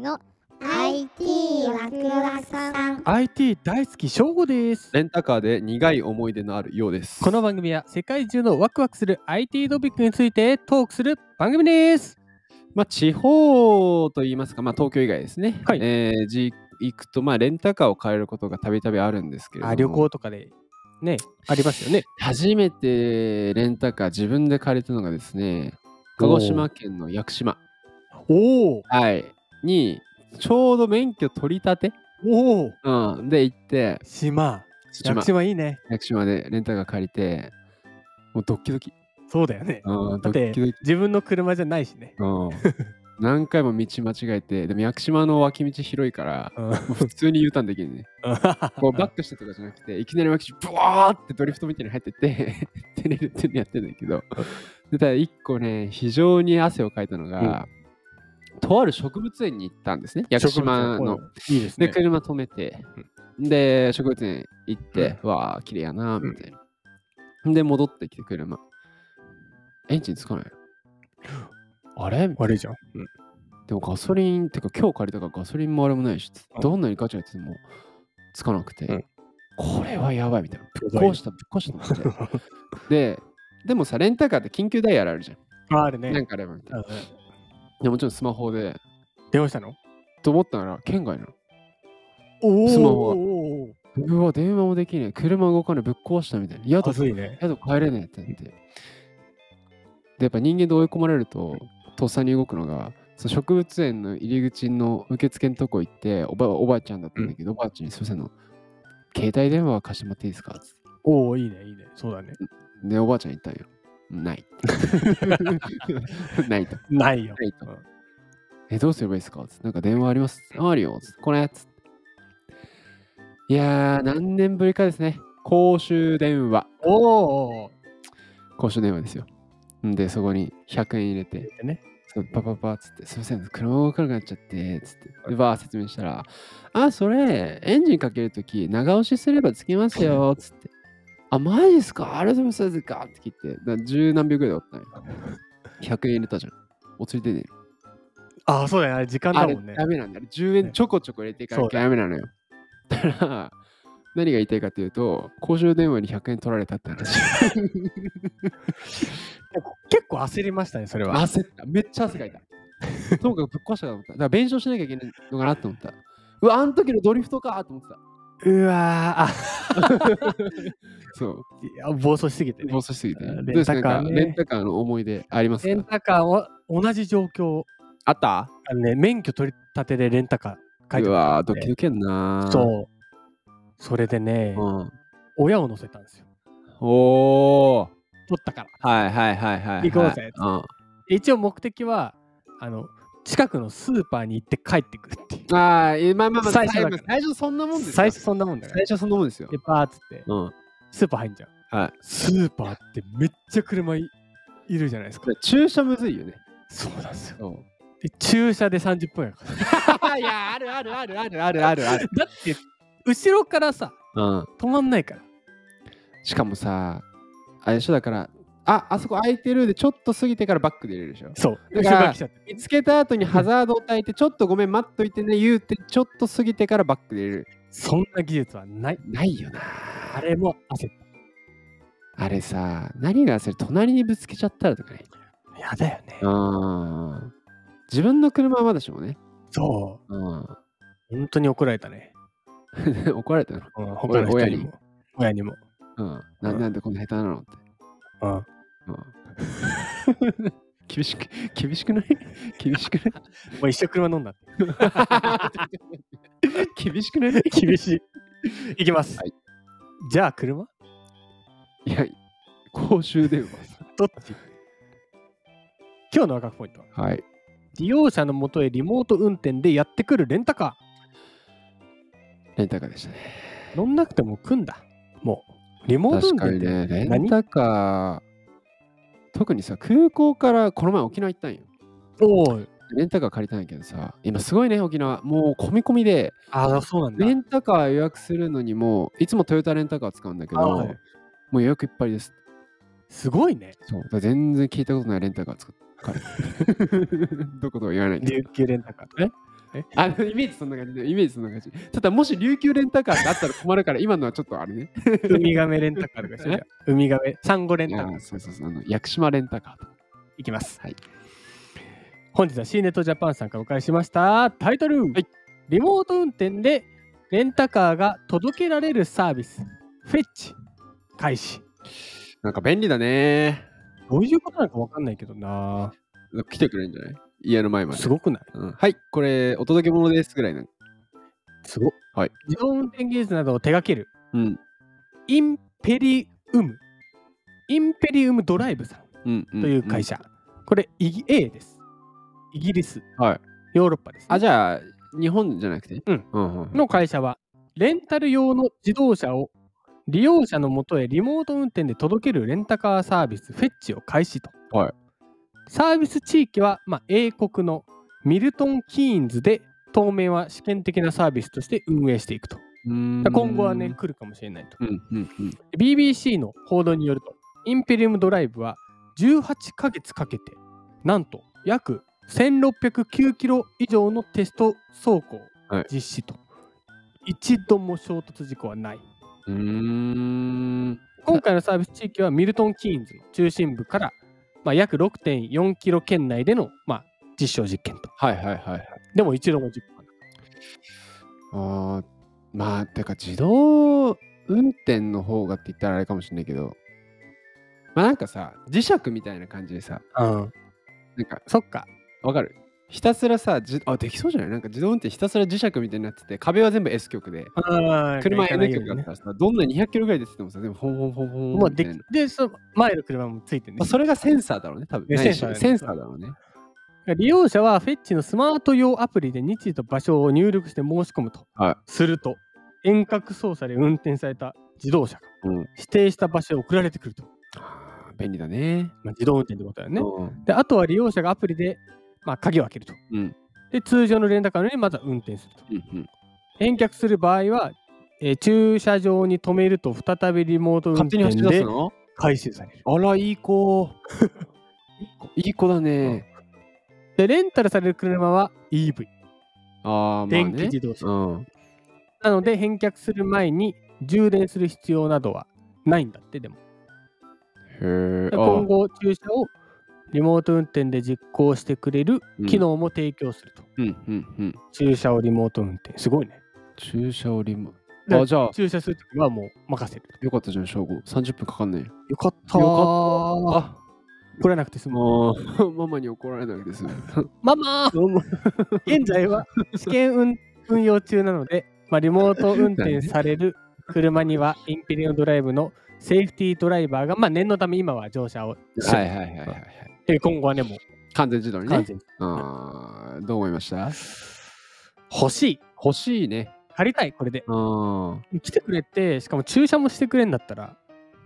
の IT ワクワクさん IT 大好き翔吾ですレンタカーで苦い思い出のあるようです。この番組は世界中のワクワクする IT トピックについてトークする番組ですまあ、地方といいますか、まあ、東京以外ですね。はいえーじ行くと、まあ、レンタカーを変えることがたびたびあるんですけれどもあ旅行とかでねありますよね初めてレンタカー自分で借りたのがですね、鹿児島県の屋久島、おおはい、にちょうど免許取り立て、おおうん、で行って、島屋屋久久島島いいね屋久島でレンタカー借りて、もうドッキドキ。そうだよねうん、だドってッキドキ。自分の車じゃないしねうん 何回も道間違えて、でも屋久島の脇道広いから、うんもう普通に U ターンできるね。こうバックしてとかじゃなくて、いきなり脇道、ブワーってドリフトみたいに入ってって、てねるてねやってんだけど、でただ一個ね、非常に汗をかいたのが、とある植物園に行ったんですね、屋久島の。いいですで、ね車止めて、で、植物園行って、わあ、綺麗やな、うんみたいな。で、戻ってきて、車。エンジンつかないの。あれ悪いじゃんでもガソリン、てか今日借りたからガソリンもあれもないし、つうんどんなにガチャやっててもつかなくて、うんこれはやばいみたいな。ぶっやばい壊した、ぶっ壊したと思 って。で、でもさ、レンタカーって緊急ダイヤルあるじゃん。あるなんねかあればみたういんなうん。でもちろんスマホで、電話したのと思ったら県外なの。おスマホはおーうわ、電話もできねえ。車動かない、ぶっ壊したみたいな。宿まずいね宿帰れねえってなって。で、やっぱ人間で追い込まれると、とっさに動くのが、その植物園の入り口の受付のとこ行って、おばおばあちゃんだったんだけど、おばあちゃんにすいませんあの、携帯電話貸してもらっていいですかつっおおいいねいいねそうだねてで、おばあちゃん言ったんよ。ない。 ないと。ないよないと。え、どうすればいいですかつってなんか電話あります。ああるよ。つってこれ。つっていやー、何年ぶりかですね。公衆電話。おお公衆電話ですよ。んで、そこに100円入れて、ねそうパパパっつって、すいません、車動かなくなっちゃって、つって、でバー説明したら、あ、それ、エンジンかけるとき、長押しすればつきますよ、つって。あ、マジですかあれでもそうですかって聞いて、だから十何秒ぐらいで終わ ったんよ。100円入れたじゃん。お釣り出てる。ああそうだよねあれ時間あだれ、もんねダメなんだよ。10円ちょこちょこ入れていかなきゃダメなのよ。だから、何が言いたいかというと、公衆電話に100円取られたって話。結構焦りましたねそれは焦った。めっちゃ汗かいた。 ともかくぶっ壊したと思った。だから弁償しなきゃいけないのかなと思った。うわ、あの時のドリフトかと思ってた。うわーあそう。いや暴走しすぎてね暴走しすぎて。あーどうレンタカーねですかなんかレンタカーの思い出ありますレンかタカーは同じ状況あったあのね免許取り立てでレンタカー借りうてわたんー、でドキドキやんなー。そうそれでね、うん。親を乗せたんですよおー。取ったからはいはいはいはい、はい。行こうぜうん一応目的はあの近くのスーパーに行って帰ってくるっていうああ、えまあまあまあ、最初だから最初そんなもんですよ最初そんなもんだから最初そんなもんですよ。でパーっつってうん。はスーパー入んじゃんい。スーパーってめっちゃ車いいるじゃないですかこれ駐車むずいよね。そうなんですよそう。で駐車で30分やから いや、あるあるあるあるあるあるある。だって後ろからさうん。止まんないからしかもさ、あれでしょだから、あ、あそこ空いてるでちょっと過ぎてからバックで入れるでしょ。そうだ後ろからから来ちゃって見つけた後にハザードを焚いて、ちょっとごめん、待っといてね、言うて、ちょっと過ぎてからバックで入れる。そんな技術はないないよな。あれも焦っあれさ、何がそれ、隣にぶつけちゃったらとかね。たやだよねうん。自分の車はまだしもね。そううん。本当に怒られたね。 怒られたの。うん、他の人にも。親にも。うん。なんなんでこんな下手なのって。うん、 うん。厳しく、厳しくない厳しくない もう一生車飲んだって。厳しくない 厳しい。いきます。はいじゃあ車いや、公衆電話。どっち今日のワクワクポイントははい。利用者のもとへリモート運転でやってくるレンタカレンタカーでしたね。ー。乗んなくても来んだ。もう。リモート運確か転っにて、ね、レ何ンタカー、特にさ、空港からこの前沖縄行ったんよ。おお。レンタカー借りたんやけどさ、今すごいね、沖縄。もう込み込みで、ああ、そうなんだ。レンタカー予約するのにも、いつもトヨタレンタカー使うんだけど、はいもう予約いっぱいです。すごいね。そう。だから全 然聞いたことないレンタカー使っ借りてどことは言わないけど琉球レンタカー。えね。あのイメージそんな感じで、イメージそんな感じ。ただ、もし琉球レンタカーってあったら困るから、今のはちょっとあれね。ウミガメレンタカーとかしてるじゃんウミガメ、サンゴレンいタやカー。そうそうそう、あの屋久島レンタカーとか。いきます。はい本日は C ネットジャパンさんからお借りしましたタイトル、いリモート運転でレンタカーが届けられるサービスフェッチ開始なんか便利だね。どういうことなのかわかんないけどな。来てくれるんじゃない家の前まですごくないうんはい、これ、お届け物ですぐらいな。すごはい自動運転技術などを手掛けるうん、インペリウムインペリウムドライブさんうん、うん。という会社、これイギ A ですイギリス、はいヨーロッパですね、あ、じゃあ、日本じゃなくてうん。うんうんの会社は、レンタル用の自動車を利用者のもとへリモート運転で届けるレンタカーサービス、フェッチを開始と。はいサービス地域は、まあ、英国のミルトン・キーンズで、当面は試験的なサービスとして運営していくと。うん今後はね、、来るかもしれないと。うん、うん、うん。 BBC の報道によると、インペリウムドライブは18ヶ月かけて、なんと約1609キロ以上のテスト走行はい実施と、一度も衝突事故はない。うーん。今回のサービス地域はミルトン・キーンズの中心部から、まあ、約6.4キロ圏内での、まあ、実証実験と。はいはいはいはい。でも一度も事故はない。あーまあ、てか自動運転の方がって言ったらあれかもしれないけど、まあなんかさ、磁石みたいな感じでさ、なんかそっか。わかるひたすらさ、じあ、できそうじゃないなんか自動運転ひたすら磁石みたいになってて、壁は全部 S 極で、車 N け極だったらさ、どんな200キロぐらい出ててもさ、でもほんほんほんほんもほうんみでたいきな。で、その前の車もついてるまあそれがセンサーだろうね、多分。ねないしセンサーだねセンサーだろうね。利用者はフェッチのスマート用アプリで日時と場所を入力して申し込むと、はすると遠隔操作で運転された自動車がうん指定した場所へ送られてくると、あー便利だね。まあ、自動運転ってことだよね、うんであとは利用者がアプリで、まあ、鍵を開けると、うんで通常のレンタカーのようにまずは運転するとうんうん返却する場合は、えー駐車場に止めると再びリモート運勝転手に走り出すでの回収されるあら、いい 子。いい子だね。でレンタルされる車は EV ああ、まあ、ね。電気自動車うん。なので返却する前に充電する必要などはないんだってでもへえ。あ今後駐車をリモート運転で実行してくれる機。能も提供すると、うんうんうんうん。駐車をリモート運転すごいね駐車をリモ。であ、じゃあ、駐車するときはもう任せるよかったじゃん、正午。30分かかんない。よかったよよかった来れなくて済むもう、ママに怒られなくて済む。ママ現在は試験運運用中なので、まあ、リモート運転される車にはインペリオンドライブのセーフティードライバーが、まあ、念のため今は乗車をして、はいはいはいはいはい。で今後はねもう完全自動に完ね。全にあーどう思いました欲しい欲しいね。借りたいこれでうん。来てくれてしかも駐車もしてくれんだったら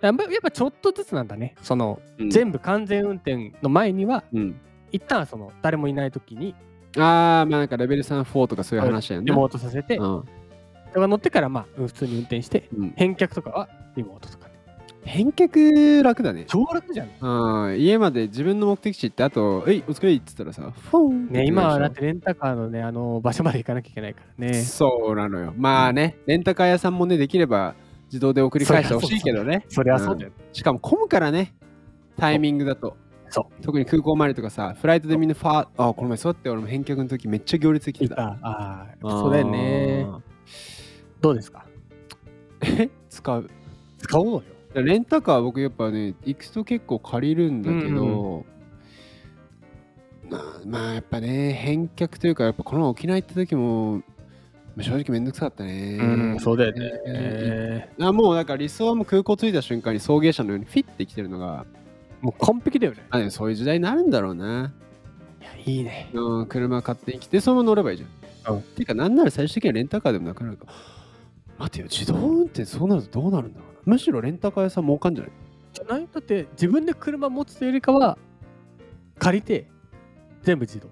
やっぱやっぱちょっとずつなんだねその、全部完全運転の前には部。うん。一旦その誰もいない時にああ、まあなんかレベル3、4とかそういう話だよね。リモートさせて、うん人が乗ってからまあうん普通に運転してうん返却とかはリモートとかね返却楽だね。超楽じゃんうん、家まで自分の目的地行って、あと、えい、お疲れっつったらさ、フォンね今はだってレンタカーのねあの場所まで行かなきゃいけないからねそうなのよ。まあね、レンタカー屋さんもね、できれば自動で送り返してほしいけどね。そりゃそうだよ、しかも混むからね、タイミングだと。そ特に空港までとかさ、フライトでみんなファー、あ、この前そうやって俺も返却の時めっちゃ行列できいてたた。ああそうだよねあどうですかー。え使う。使おうよレンタカー僕やっぱね、行くと結構借りるんだけど、うんまあ、まあやっぱね、返却というか、やっぱこの前沖縄行った時も、まあ正直めんどくさかったね。そうだよね、えあもうだから理想はもう空港着いた瞬間に送迎車のようにフィッて来てるのが、もう完璧だよねあでもそういう時代になるんだろうな。いやいいねうん、車買ってきて、そのまま乗ればいいじゃん。うんてか、なんなら最終的にはレンタカーでもなくなるか。待てよ、自動運転そうなるとどうなるんだろうな。むしろレンタカー屋さん儲かんじゃないじゃないだって自分で車持つというよりかは借りて全部自動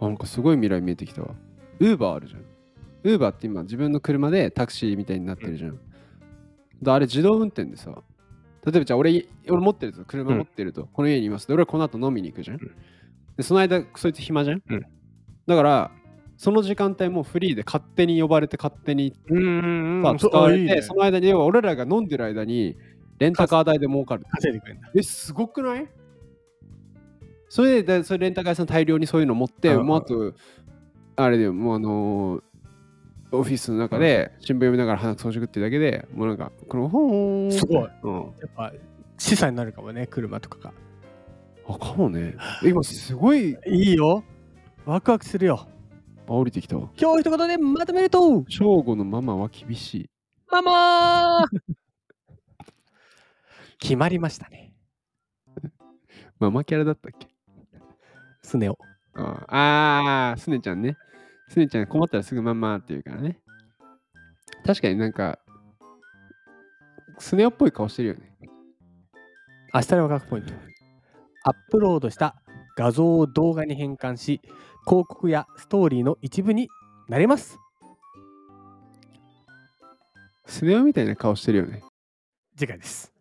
あなんかすごい未来見えてきたわ。ウーバーあるじゃん。ウーバーって今自分の車でタクシーみたいになってるじゃん。だあれ自動運転でさ、例えばじゃあ俺俺持ってると、車持ってると、この家にいますで、俺はこの後飲みに行くじゃん。んで、その間、そいつ暇じゃん。うんだから、その時間帯もうフリーで勝手に呼ばれて勝手にうんうんさうん。使わそうあれて、いいねその間に要は俺らが飲んでる間にレンタカー代で儲かる。稼いでくれるんだ。え、すごくないそれで、でそれレンタカー屋さん大量にそういうの持って、うんもうあと、あれだよ、もうあのーオフィスの中で新聞読みながら鼻くそほじくってるだけで、もうなんか、このほーん。すごい。うん。やっぱ資産になるかもね、車とかが。あ、かもね。え今、すごいいいよ。ワクワクするよ。降りてきたわ。今日一言でまとめると、正吾のママは厳しい。ママー 決まりましたね。ママキャラだったっけスネ夫。ああー、すねちゃんね。すねちゃん困ったらすぐママって言うからね。確かになんか、スネ夫っぽい顔してるよね。明日のワクワクポイント。アップロードした画像を動画に変換し、広告やストーリーの一部になります。スネ夫みたいな顔してるよね。次回です。